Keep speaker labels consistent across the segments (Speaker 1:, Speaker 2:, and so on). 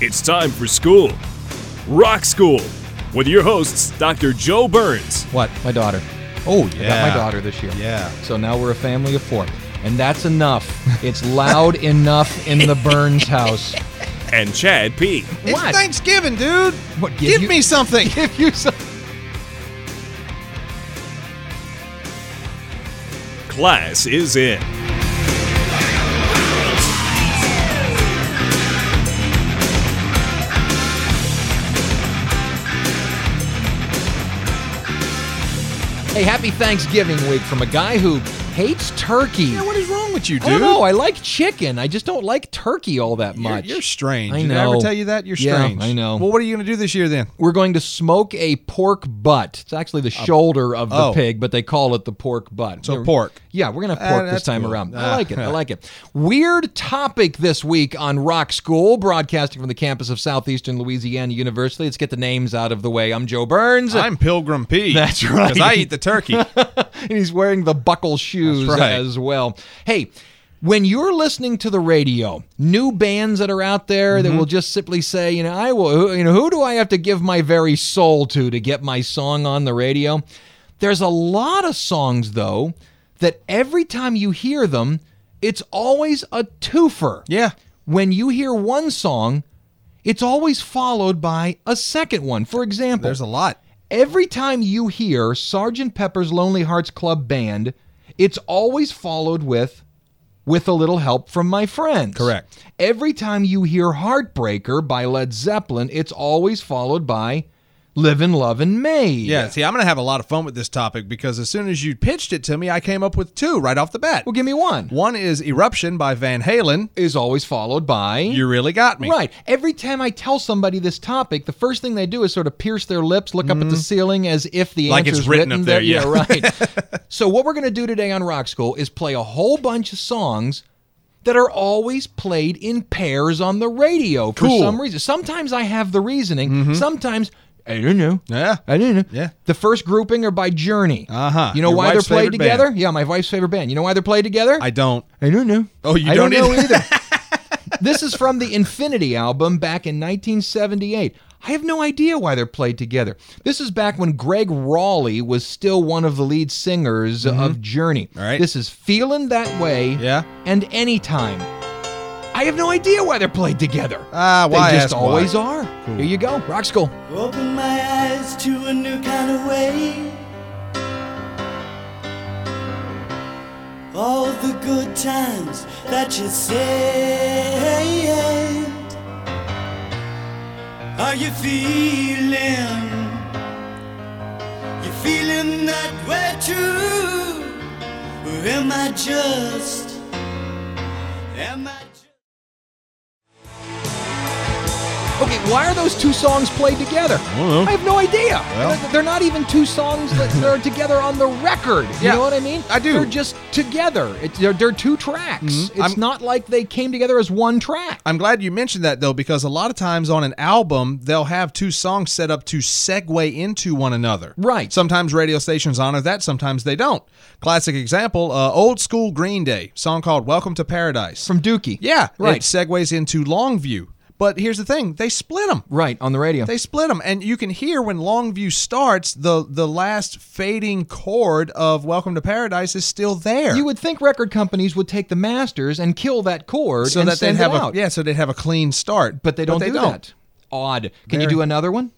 Speaker 1: It's time for school. Rock School with your hosts, Dr. Joe Burns.
Speaker 2: What? My daughter. Oh, yeah. I got
Speaker 3: Yeah.
Speaker 2: my daughter this year.
Speaker 3: Yeah.
Speaker 2: So now we're a family of four. And that's enough. It's loud enough in the Burns house.
Speaker 1: And Chad P.
Speaker 2: What?
Speaker 3: It's Thanksgiving, dude.
Speaker 2: What, give
Speaker 3: give
Speaker 2: you-
Speaker 3: me something.
Speaker 2: If you saw-
Speaker 1: Class is in.
Speaker 2: Hey, happy Thanksgiving week from a guy who hates turkey.
Speaker 3: Yeah, what is wrong with you,
Speaker 2: I
Speaker 3: dude?
Speaker 2: don't know. I like chicken. I just don't like turkey all that
Speaker 3: You're,
Speaker 2: much.
Speaker 3: you're strange.
Speaker 2: I
Speaker 3: Did I ever
Speaker 2: know.
Speaker 3: tell you that? You're
Speaker 2: Yeah,
Speaker 3: strange.
Speaker 2: I know.
Speaker 3: Well, what are you going to do this year then?
Speaker 2: we're going to smoke a pork butt. It's actually the shoulder of the
Speaker 3: oh.
Speaker 2: pig, but they call it the pork butt.
Speaker 3: So
Speaker 2: We're-
Speaker 3: pork.
Speaker 2: Yeah, we're gonna have
Speaker 3: Ah,
Speaker 2: pork this
Speaker 3: that's
Speaker 2: time
Speaker 3: cool.
Speaker 2: around. I
Speaker 3: Ah.
Speaker 2: like it. I like it. Weird topic this week on Rock School, broadcasting from the campus of Southeastern Louisiana University. Let's get the names out of the way. I'm Joe Burns.
Speaker 3: I'm Pilgrim P.
Speaker 2: That's right.
Speaker 3: Because I eat the turkey.
Speaker 2: and he's wearing the buckle shoes
Speaker 3: That's right.
Speaker 2: as well. Hey, when you're listening to the radio, new bands that are out there that
Speaker 3: Mm-hmm.
Speaker 2: will just simply say, you know, I will, who- you know, who do I have to give my very soul to to get my song on the radio? There's a lot of songs though that every time you hear them, it's always a twofer.
Speaker 3: Yeah.
Speaker 2: When you hear one song, it's always followed by a second one. For example,
Speaker 3: There's a lot.
Speaker 2: Every time you hear Sergeant Pepper's Lonely Hearts Club Band, it's always followed with with a little help from my friends.
Speaker 3: Correct.
Speaker 2: Every time you hear Heartbreaker by Led Zeppelin, it's always followed by Live and Love and May.
Speaker 3: Yeah, see, I'm going to have a lot of fun with this topic because as soon as you pitched it to me, I came up with two right off the bat.
Speaker 2: Well, give me one.
Speaker 3: One is Eruption by Van Halen.
Speaker 2: Is always followed by
Speaker 3: You really got me.
Speaker 2: Right. Every time I tell somebody this topic, the first thing they do is sort of pierce their lips, look up at the ceiling as if the
Speaker 3: Mm-hmm. Like
Speaker 2: answer's
Speaker 3: it's written up there, yeah.
Speaker 2: right. so what we're going to do today on Rock School is play a whole bunch of songs that are always played in pairs on the radio for
Speaker 3: Cool.
Speaker 2: some reason. Sometimes I have the reasoning. Sometimes I don't know.
Speaker 3: Yeah.
Speaker 2: I don't know.
Speaker 3: Yeah.
Speaker 2: The first grouping are by Journey.
Speaker 3: Uh-huh.
Speaker 2: You know
Speaker 3: Your
Speaker 2: why they're
Speaker 3: wife's
Speaker 2: played
Speaker 3: favorite band.
Speaker 2: together? Yeah, my wife's favorite band. You know why they're played together?
Speaker 3: I don't.
Speaker 2: I don't know.
Speaker 3: Oh, you
Speaker 2: I
Speaker 3: don't
Speaker 2: know
Speaker 3: either?
Speaker 2: either. this is from the Infinity album back in 1978. I have no idea why they're played together. This is back when Greg Raleigh was still one of the lead singers of Journey.
Speaker 3: Mm-hmm. All right.
Speaker 2: This is Feeling That Way
Speaker 3: Yeah.
Speaker 2: and Anytime. I have no idea why they're played together.
Speaker 3: Ah, why
Speaker 2: They just
Speaker 3: ask why?
Speaker 2: always are. Here you go. Rock School.
Speaker 4: Open my eyes to a new kind of way. All the good times that you saved. Are you feeling? You feeling that way too? Or am I just? Am I just?
Speaker 2: Okay, why are those two songs played together? I, have no idea.
Speaker 3: Well-
Speaker 2: They're- They're not even two songs that that are together on the record. You
Speaker 3: Yeah,
Speaker 2: know what I mean?
Speaker 3: I do. Mm-hmm.
Speaker 2: They're just together. It, they're, they're two tracks. It's
Speaker 3: I'm-
Speaker 2: not like they came together as one track.
Speaker 3: I'm glad you mentioned that though, because a lot of times on an album, they'll have two songs set up to segue into one another.
Speaker 2: Right.
Speaker 3: Sometimes radio stations honor that, sometimes they don't. Classic example uh, Old School Green Day, song called Welcome to Paradise.
Speaker 2: From Dookie.
Speaker 3: yeah,
Speaker 2: Right.
Speaker 3: It segues into Longview. But here's the thing they split them.
Speaker 2: right, on the radio.
Speaker 3: They split them, and you can hear when Longview starts, the the last fading chord of Welcome to Paradise is still there.
Speaker 2: you would think record companies would take the masters and kill that chord
Speaker 3: so
Speaker 2: and
Speaker 3: that they'd
Speaker 2: send
Speaker 3: have
Speaker 2: it out.
Speaker 3: a yeah, so they'd have a clean start.
Speaker 2: But they don't do that. Odd. Can you
Speaker 3: Very-
Speaker 2: do another one?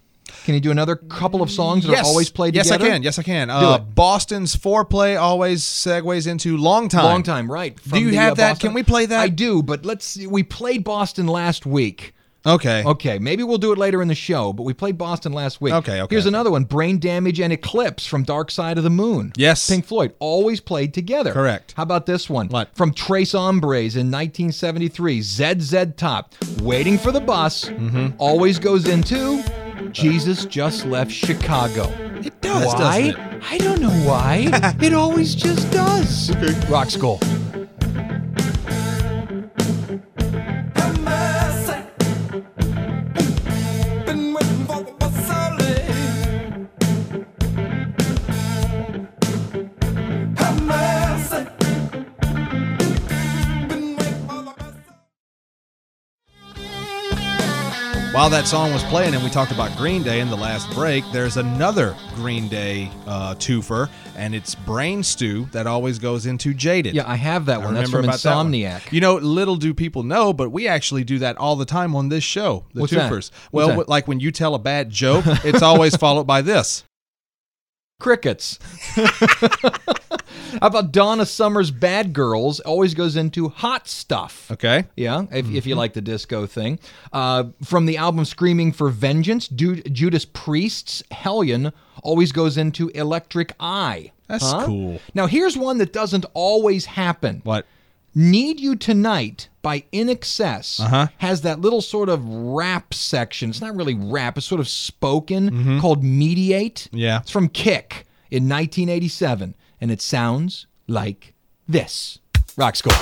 Speaker 2: Can you do another couple of songs that
Speaker 3: yes.
Speaker 2: are always played
Speaker 3: yes,
Speaker 2: together?
Speaker 3: I can. Yes, I can. Uh,
Speaker 2: it.
Speaker 3: Boston's foreplay always segues into long time.
Speaker 2: Long time, right? from
Speaker 3: you
Speaker 2: the,
Speaker 3: have
Speaker 2: uh,
Speaker 3: that?
Speaker 2: Boston-
Speaker 3: Can we play that?
Speaker 2: I do, but let's. see. We played Boston last week.
Speaker 3: Okay.
Speaker 2: Okay, maybe we'll do it later in the show, but we played Boston last week.
Speaker 3: Okay, okay,
Speaker 2: Here's
Speaker 3: okay.
Speaker 2: another one Brain Damage and Eclipse from Dark Side of the Moon.
Speaker 3: Yes.
Speaker 2: Pink Floyd, always played together.
Speaker 3: Correct.
Speaker 2: How about this one?
Speaker 3: What?
Speaker 2: From Trace Ombres in 1973, ZZ Top, Waiting for the Bus,
Speaker 3: Mm-hmm.
Speaker 2: always goes into Jesus Just Left Chicago.
Speaker 3: It does.
Speaker 2: why?
Speaker 3: doesn't it?
Speaker 2: I don't know why. it always just does. Rock School.
Speaker 3: While that song was playing and we talked about Green Day in the last break, there's another Green Day uh, twofer, and it's Brain Stew that always goes into Jaded.
Speaker 2: Yeah, I have that
Speaker 3: I
Speaker 2: one. That's
Speaker 3: remember
Speaker 2: from
Speaker 3: about that one.
Speaker 2: Insomniac.
Speaker 3: You know, little do people know, but we actually do that all the time on this show, the
Speaker 2: What's that?
Speaker 3: twofers.
Speaker 2: What's
Speaker 3: Well,
Speaker 2: that?
Speaker 3: w- like when you tell a bad joke, it's always followed by this.
Speaker 2: crickets. How about Donna Summer's Bad Girls? Always goes into hot stuff.
Speaker 3: Okay. Mm-hmm.
Speaker 2: Yeah, if, if you like the disco thing. Uh, from the album Screaming for Vengeance, Ju- Judas Priest's Hellion always goes into Electric Eye.
Speaker 3: That's cool.
Speaker 2: Now, here's one that doesn't always happen.
Speaker 3: What?
Speaker 2: Need You Tonight by In Excess has that little sort of rap section. It's not really rap, it's sort of spoken called Mediate.
Speaker 3: Yeah.
Speaker 2: It's from Kick in 1987, and it sounds like this Rock School.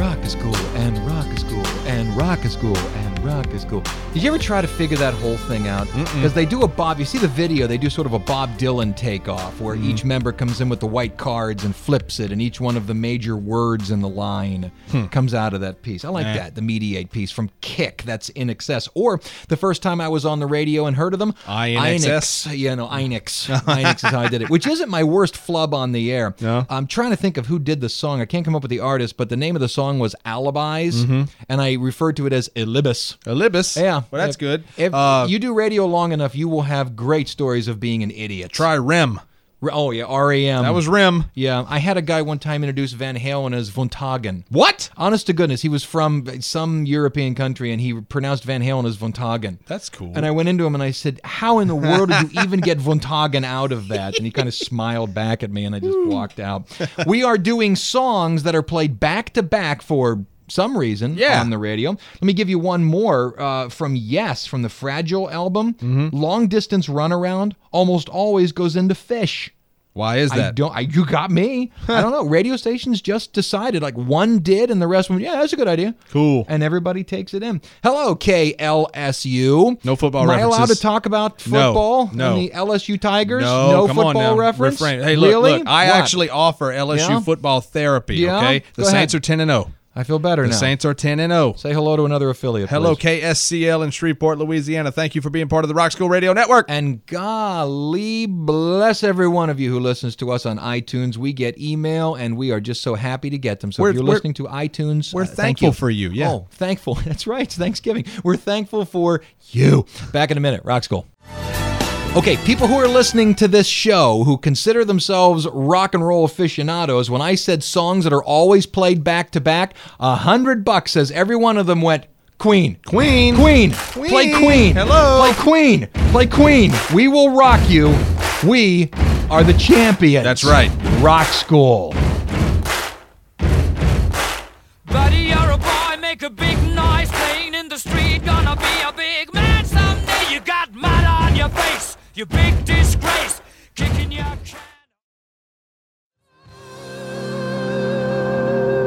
Speaker 2: Rock is cool, and rock is cool, and rock is cool, and rock is cool. Did you ever try to figure that whole thing out? Because they do a Bob, you see the video, they do sort of a Bob Dylan takeoff where
Speaker 3: Mm.
Speaker 2: each member comes in with the white cards and flips it, and each one of the major words in the line
Speaker 3: Hmm.
Speaker 2: comes out of that piece. I like that, the mediate piece from Kick, that's in excess. Or the first time I was on the radio and heard of them,
Speaker 3: I In Excess?
Speaker 2: Uh, yeah, no, Inex. Inex is how I did it, which isn't my worst flub on the air.
Speaker 3: No?
Speaker 2: I'm trying to think of who did the song. I can't come up with the artist, but the name of the song was Alibis, and I referred to it as Ilibis.
Speaker 3: Elibus.
Speaker 2: Yeah.
Speaker 3: Mm-hmm. Well, that's
Speaker 2: If-
Speaker 3: good.
Speaker 2: If
Speaker 3: uh,
Speaker 2: you do radio long enough, you will have great stories of being an idiot.
Speaker 3: try Rim.
Speaker 2: Re- Oh, yeah, REM.
Speaker 3: That was Rim.
Speaker 2: Yeah, I had a guy one time introduce Van Halen as Vontagen.
Speaker 3: What?
Speaker 2: Honest to goodness, he was from some European country and he pronounced Van Halen as Vontagen.
Speaker 3: That's cool.
Speaker 2: And I went into him and I said, How in the world did you even get Vontagen out of that? And he kind of smiled back at me and I just walked out. We are doing songs that are played back to back for some reason
Speaker 3: Yeah.
Speaker 2: on the radio. Let me give you one more uh, from Yes, from the Fragile album.
Speaker 3: Mm-hmm.
Speaker 2: Long Distance Runaround almost always goes into fish.
Speaker 3: Why is
Speaker 2: I
Speaker 3: that?
Speaker 2: don't. I, you got me. I don't know. Radio stations just decided like one did, and the rest went. Yeah, that's a good idea.
Speaker 3: Cool.
Speaker 2: And everybody takes it in. Hello, KLSU.
Speaker 3: No football
Speaker 2: Am I allowed
Speaker 3: references.
Speaker 2: to talk about
Speaker 3: No,
Speaker 2: football?
Speaker 3: no.
Speaker 2: And the LSU Tigers.
Speaker 3: No, come
Speaker 2: football
Speaker 3: on now.
Speaker 2: reference.
Speaker 3: Refrain. Hey, look,
Speaker 2: really?
Speaker 3: look. I
Speaker 2: What?
Speaker 3: actually offer LSU
Speaker 2: Yeah?
Speaker 3: football therapy.
Speaker 2: Yeah?
Speaker 3: Okay, the
Speaker 2: Go ahead.
Speaker 3: Saints are ten and zero.
Speaker 2: I feel better
Speaker 3: The
Speaker 2: now.
Speaker 3: Saints are ten and zero.
Speaker 2: Say hello to another affiliate.
Speaker 3: Hello,
Speaker 2: please.
Speaker 3: KSCL in Shreveport, Louisiana. Thank you for being part of the Rock School Radio Network.
Speaker 2: And golly bless every one of you who listens to us on iTunes. We get email, and we are just so happy to get them. So
Speaker 3: We're-
Speaker 2: if you're
Speaker 3: we're-
Speaker 2: listening to iTunes,
Speaker 3: we're
Speaker 2: uh, thank
Speaker 3: thankful for you, yeah.
Speaker 2: oh, thankful. That's right. It's Thanksgiving. We're thankful for you. Back in a minute. Rock school. Okay, people who are listening to this show who consider themselves rock and roll aficionados, when I said songs that are always played back to back, a hundred bucks says every one of them went Queen.
Speaker 3: Queen.
Speaker 2: Queen. Play Queen.
Speaker 3: Hello.
Speaker 2: Play Queen. Play Queen. We will rock you. We are the champions.
Speaker 3: That's right.
Speaker 2: Rock school.
Speaker 5: Buddy, you're a boy, make a big noise playing in the street. Gonna be a big man someday. You got mud on your face, you big disgrace. Kicking your can.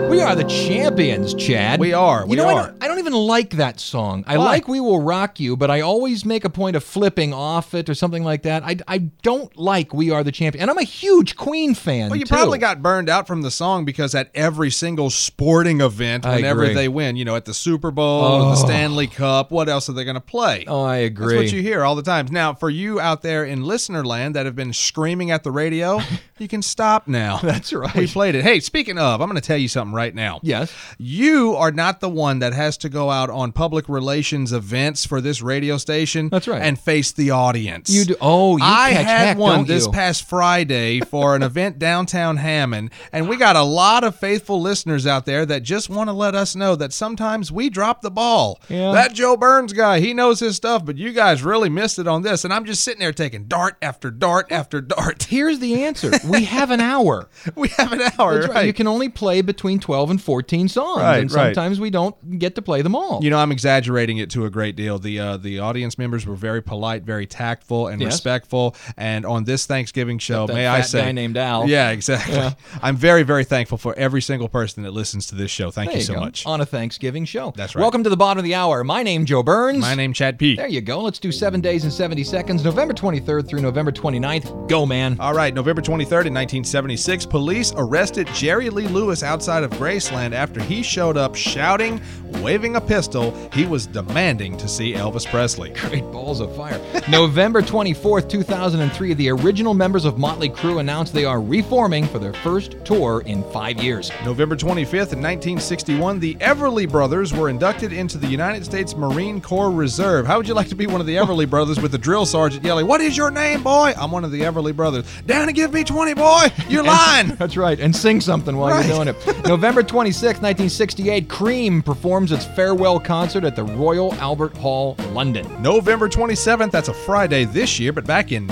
Speaker 2: We are are the champions, Chad.
Speaker 3: We are,
Speaker 2: you
Speaker 3: we
Speaker 2: know, I,
Speaker 3: are.
Speaker 2: don't, I don't even like that song. I like "We Will Rock You," but I always make a point of flipping off it or something like that. I, I don't like "We Are the Champion," and I'm a huge Queen fan.
Speaker 3: Well, you
Speaker 2: too.
Speaker 3: probably got burned out from the song because at every single sporting event,
Speaker 2: I
Speaker 3: whenever
Speaker 2: agree.
Speaker 3: they win, you know, at the Super Bowl, the Stanley Cup, what else are they going to play?
Speaker 2: Oh, I agree.
Speaker 3: That's what you hear all the time. Now, for you out there in listener land that have been screaming at the radio, you can stop now.
Speaker 2: That's right.
Speaker 3: We played it. Hey, speaking of, I'm going to tell you something right now.
Speaker 2: Yes.
Speaker 3: You are not the one that has to go out on public relations events for this radio station.
Speaker 2: That's right.
Speaker 3: And face the audience.
Speaker 2: You do- oh, you
Speaker 3: I
Speaker 2: catch
Speaker 3: had
Speaker 2: heck,
Speaker 3: one
Speaker 2: don't
Speaker 3: this
Speaker 2: you?
Speaker 3: past Friday for an event downtown Hammond, and we got a lot of faithful listeners out there that just want to let us know that sometimes we drop the ball.
Speaker 2: Yeah.
Speaker 3: That Joe Burns guy, he knows his stuff, but you guys really missed it on this. And I'm just sitting there taking dart after dart after dart.
Speaker 2: Here's the answer. We have an hour.
Speaker 3: We have an hour,
Speaker 2: That's right. You can only play between 12 and 14 songs,
Speaker 3: Right,
Speaker 2: and
Speaker 3: right.
Speaker 2: sometimes we don't get to play them all.
Speaker 3: You know, I'm exaggerating it to a great deal. The uh, the audience members were very polite, very tactful, and
Speaker 2: Yes.
Speaker 3: respectful. And on this Thanksgiving show,
Speaker 2: that
Speaker 3: may I
Speaker 2: fat
Speaker 3: say,
Speaker 2: guy named Al.
Speaker 3: Yeah, exactly. I'm very, very thankful for every single person that listens to this show. Thank
Speaker 2: There
Speaker 3: you so
Speaker 2: go.
Speaker 3: much.
Speaker 2: on a Thanksgiving show.
Speaker 3: That's right.
Speaker 2: Welcome to the bottom of the hour. My name Joe Burns.
Speaker 3: My name Chad P.
Speaker 2: There you go. Let's do seven days and 70 seconds, November 23rd through November 29th. Go, man.
Speaker 3: All right, November 23rd in 1976, police arrested Jerry Lee Lewis outside of Graceland after he showed up shouting, waving a pistol. He was demanding to see Elvis Presley.
Speaker 2: Great balls of fire. November 24th, 2003, the original members of Motley Crue announced they are reforming for their first tour in five years.
Speaker 3: November 25th, in 1961, the Everly Brothers were inducted into the United States Marine Corps Reserve. How would you like to be one of the Everly Brothers with the drill sergeant yelling, What is your name, boy? I'm one of the Everly Brothers. Down and give me 20, boy. You're lying.
Speaker 2: That's right. And sing something while you're doing it. November 26th, 1968, Cream performs its farewell concert at the Royal Albert Hall, London.
Speaker 3: November 27th, that's a Friday this year, but back in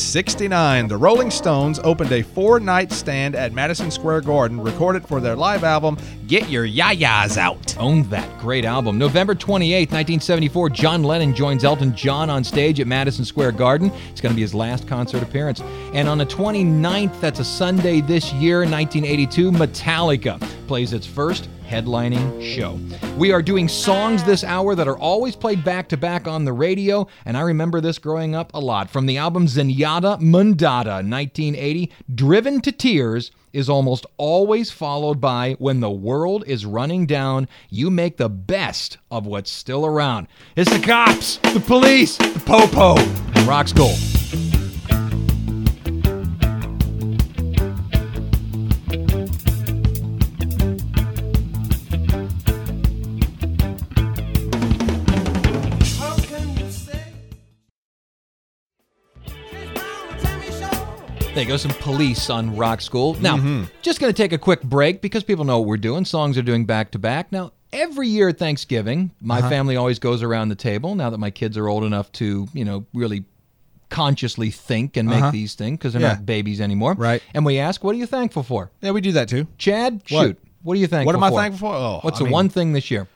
Speaker 3: 1969, the Rolling Stones opened a four night stand at Madison Square Garden, recorded for their live album, Get Your Yayas Out.
Speaker 2: Owned that great album. November 28th, 1974, John Lennon joins Elton John on stage at Madison Square Garden. It's going to be his last concert appearance. And on the 29th, that's a Sunday this year, 1982, Metallica plays its first headlining show. We are doing songs this hour that are always played back to back on the radio, and I remember this growing up a lot. From the album Zenyatta Mundata, 1980, Driven to Tears is almost always followed by When the World is Running Down, You Make the Best of What's Still Around. It's the cops, the police, the popo, and rock school.
Speaker 4: How can you say? Chris Brown will tell me so.
Speaker 2: There you go, some police on Rock School. Now,
Speaker 3: Mm-hmm.
Speaker 2: just going to take a quick break because people know what we're doing. Songs are doing back to back. Now, every year at Thanksgiving, my
Speaker 3: Uh-huh.
Speaker 2: family always goes around the table now that my kids are old enough to, you know, really consciously think and make these things because they're
Speaker 3: Uh-huh. Yeah.
Speaker 2: not babies anymore.
Speaker 3: Right.
Speaker 2: And we ask, what are you thankful for?
Speaker 3: Yeah, we do that too.
Speaker 2: Chad,
Speaker 3: What?
Speaker 2: shoot. What are you thankful
Speaker 3: What
Speaker 2: for?
Speaker 3: am I thankful for? Oh,
Speaker 2: What's
Speaker 3: I
Speaker 2: the
Speaker 3: mean-
Speaker 2: one thing this year?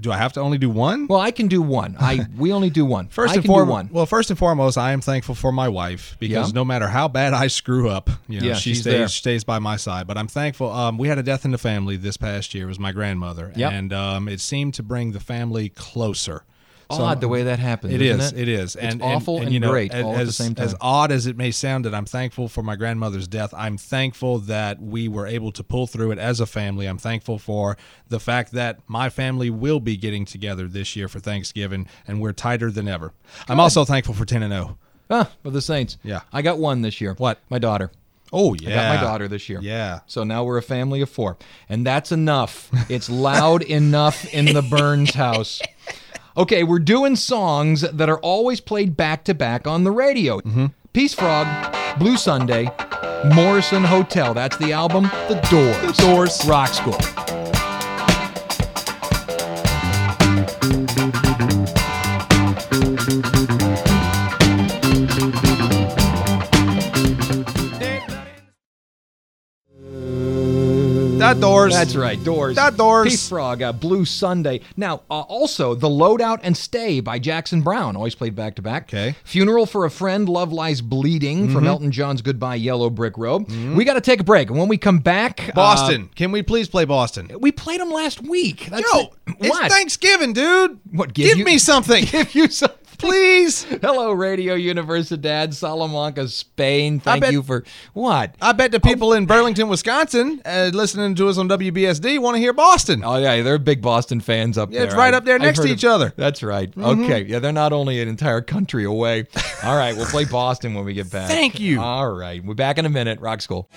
Speaker 3: Do I have to only do one?
Speaker 2: Well, I can do one. I we only do one.
Speaker 3: First
Speaker 2: I
Speaker 3: and
Speaker 2: can do
Speaker 3: foremost,
Speaker 2: one.
Speaker 3: well, first and foremost, I am thankful for my wife because
Speaker 2: Yeah.
Speaker 3: no matter how bad I screw up, you know,
Speaker 2: Yeah,
Speaker 3: she
Speaker 2: she's
Speaker 3: stays
Speaker 2: there.
Speaker 3: stays by my side. But I'm thankful. Um, we had a death in the family this past year. It was my grandmother,
Speaker 2: Yep.
Speaker 3: and um, it seemed to bring the family closer.
Speaker 2: Odd the way that happens.
Speaker 3: It
Speaker 2: isn't
Speaker 3: is,
Speaker 2: It?
Speaker 3: It is. And, and-
Speaker 2: awful and
Speaker 3: you know,
Speaker 2: great
Speaker 3: as,
Speaker 2: all at the same time.
Speaker 3: As odd as it may sound, that I'm thankful for my grandmother's death. I'm thankful that we were able to pull through it as a family. I'm thankful for the fact that my family will be getting together this year for Thanksgiving, and we're tighter than ever. I'm also thankful for 10 and oh. 0.
Speaker 2: Ah, for the Saints.
Speaker 3: Yeah.
Speaker 2: I got one this year.
Speaker 3: What?
Speaker 2: My daughter.
Speaker 3: Oh yeah,
Speaker 2: I got my daughter this year.
Speaker 3: Yeah.
Speaker 2: So now we're a family of four. And that's enough. It's loud enough in the Burns house. Okay, we're doing songs that are always played back to back on the radio.
Speaker 3: Mm-hmm.
Speaker 2: Peace Frog, Blue Sunday, Morrison Hotel. That's the album. The Doors. The Doors. Rock School.
Speaker 3: That not doors.
Speaker 2: That's right, Doors.
Speaker 3: Not doors.
Speaker 2: Peace Frog, uh, Blue Sunday. Now, uh, also, The Loadout and Stay by Jackson Brown, always played back to back.
Speaker 3: Okay. Mm-hmm.
Speaker 2: Funeral for a Friend, Love Lies Bleeding from Elton John's Goodbye Yellow Brick Road. We got to take a break. And when we come back, uh,
Speaker 3: Boston. Can we please play Boston?
Speaker 2: we played them last week. That's
Speaker 3: Yo,
Speaker 2: it.
Speaker 3: it's
Speaker 2: what?
Speaker 3: Thanksgiving, dude.
Speaker 2: What, give
Speaker 3: Give,
Speaker 2: you-
Speaker 3: me something,
Speaker 2: Give you some.
Speaker 3: please.
Speaker 2: Hello, Radio Universidad Salamanca, Spain. Thank
Speaker 3: bet-
Speaker 2: you for what?
Speaker 3: I bet the people in Burlington, Wisconsin, uh, listening to us on WBSD, want to hear Boston.
Speaker 2: Oh yeah, they're big Boston fans up
Speaker 3: Yeah,
Speaker 2: there.
Speaker 3: it's right
Speaker 2: I-
Speaker 3: up there
Speaker 2: I've
Speaker 3: next to
Speaker 2: heard
Speaker 3: each other. Mm-hmm.
Speaker 2: That's right. Okay, yeah, they're not only an entire country away. All right, we'll play Boston when we get back.
Speaker 3: Thank you.
Speaker 2: All right, we're back in a minute. Rock School.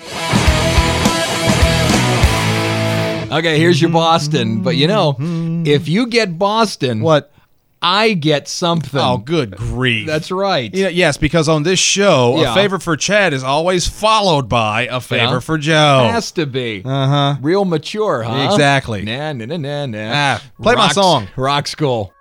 Speaker 2: Okay, here's your Boston. But you know, if you get Boston,
Speaker 3: Mm-hmm. What?
Speaker 2: I get something.
Speaker 3: Oh, good grief.
Speaker 2: that's right.
Speaker 3: Yeah, yes, because on this show,
Speaker 2: Yeah.
Speaker 3: a favor for Chad is always followed by a favor
Speaker 2: Yeah.
Speaker 3: for Joe.
Speaker 2: Has to be. Uh huh. Real mature, huh?
Speaker 3: Uh-huh. Exactly.
Speaker 2: Nah, nah, nah, nah, nah.
Speaker 3: Ah, play my
Speaker 2: Rocks-
Speaker 3: song.
Speaker 2: Rock School.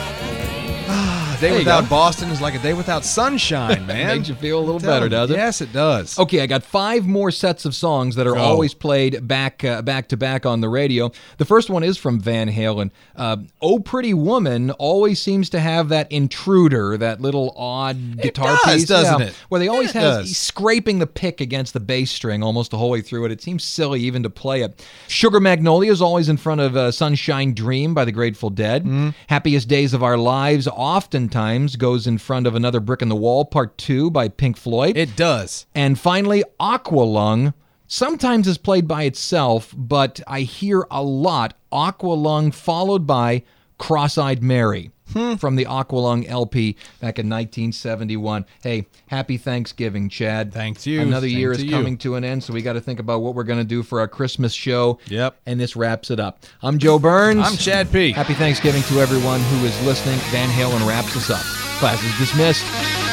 Speaker 3: A day
Speaker 2: you
Speaker 3: without
Speaker 2: go.
Speaker 3: Boston is like a day without sunshine, man.
Speaker 2: Makes you feel a little
Speaker 3: Tell
Speaker 2: better,
Speaker 3: me.
Speaker 2: does it?
Speaker 3: Yes, it does.
Speaker 2: Okay, I got five more sets of songs that are
Speaker 3: Go.
Speaker 2: always played back uh, back to back on the radio. The first one is from Van Halen. Uh, oh, Pretty Woman always seems to have that intruder, that little odd guitar
Speaker 3: does,
Speaker 2: piece,
Speaker 3: doesn't it?
Speaker 2: Where they always
Speaker 3: Yeah, it
Speaker 2: have
Speaker 3: does.
Speaker 2: scraping the pick against the bass string almost the whole way through it. It seems silly even to play it. Sugar Magnolia is always in front of uh, Sunshine Dream by the Grateful Dead.
Speaker 3: Mm-hmm.
Speaker 2: Happiest Days of Our Lives oftentimes goes in front of another Brick in the Wall Part Two by Pink Floyd.
Speaker 3: It does.
Speaker 2: And finally, Aqualung sometimes is played by itself, but I hear a lot Aqualung followed by Cross Eyed Mary
Speaker 3: Hmm.
Speaker 2: from the Aqualung LP back in 1971. Hey, happy Thanksgiving, Chad.
Speaker 3: Thanks you.
Speaker 2: Another
Speaker 3: Same
Speaker 2: year
Speaker 3: to
Speaker 2: is
Speaker 3: you.
Speaker 2: coming to an end, so we got to think about what we're going to do for our Christmas show.
Speaker 3: Yep.
Speaker 2: And this wraps it up. I'm Joe Burns.
Speaker 3: I'm Chad P.
Speaker 2: Happy Thanksgiving to everyone who is listening. Van Halen wraps us up. Class is dismissed.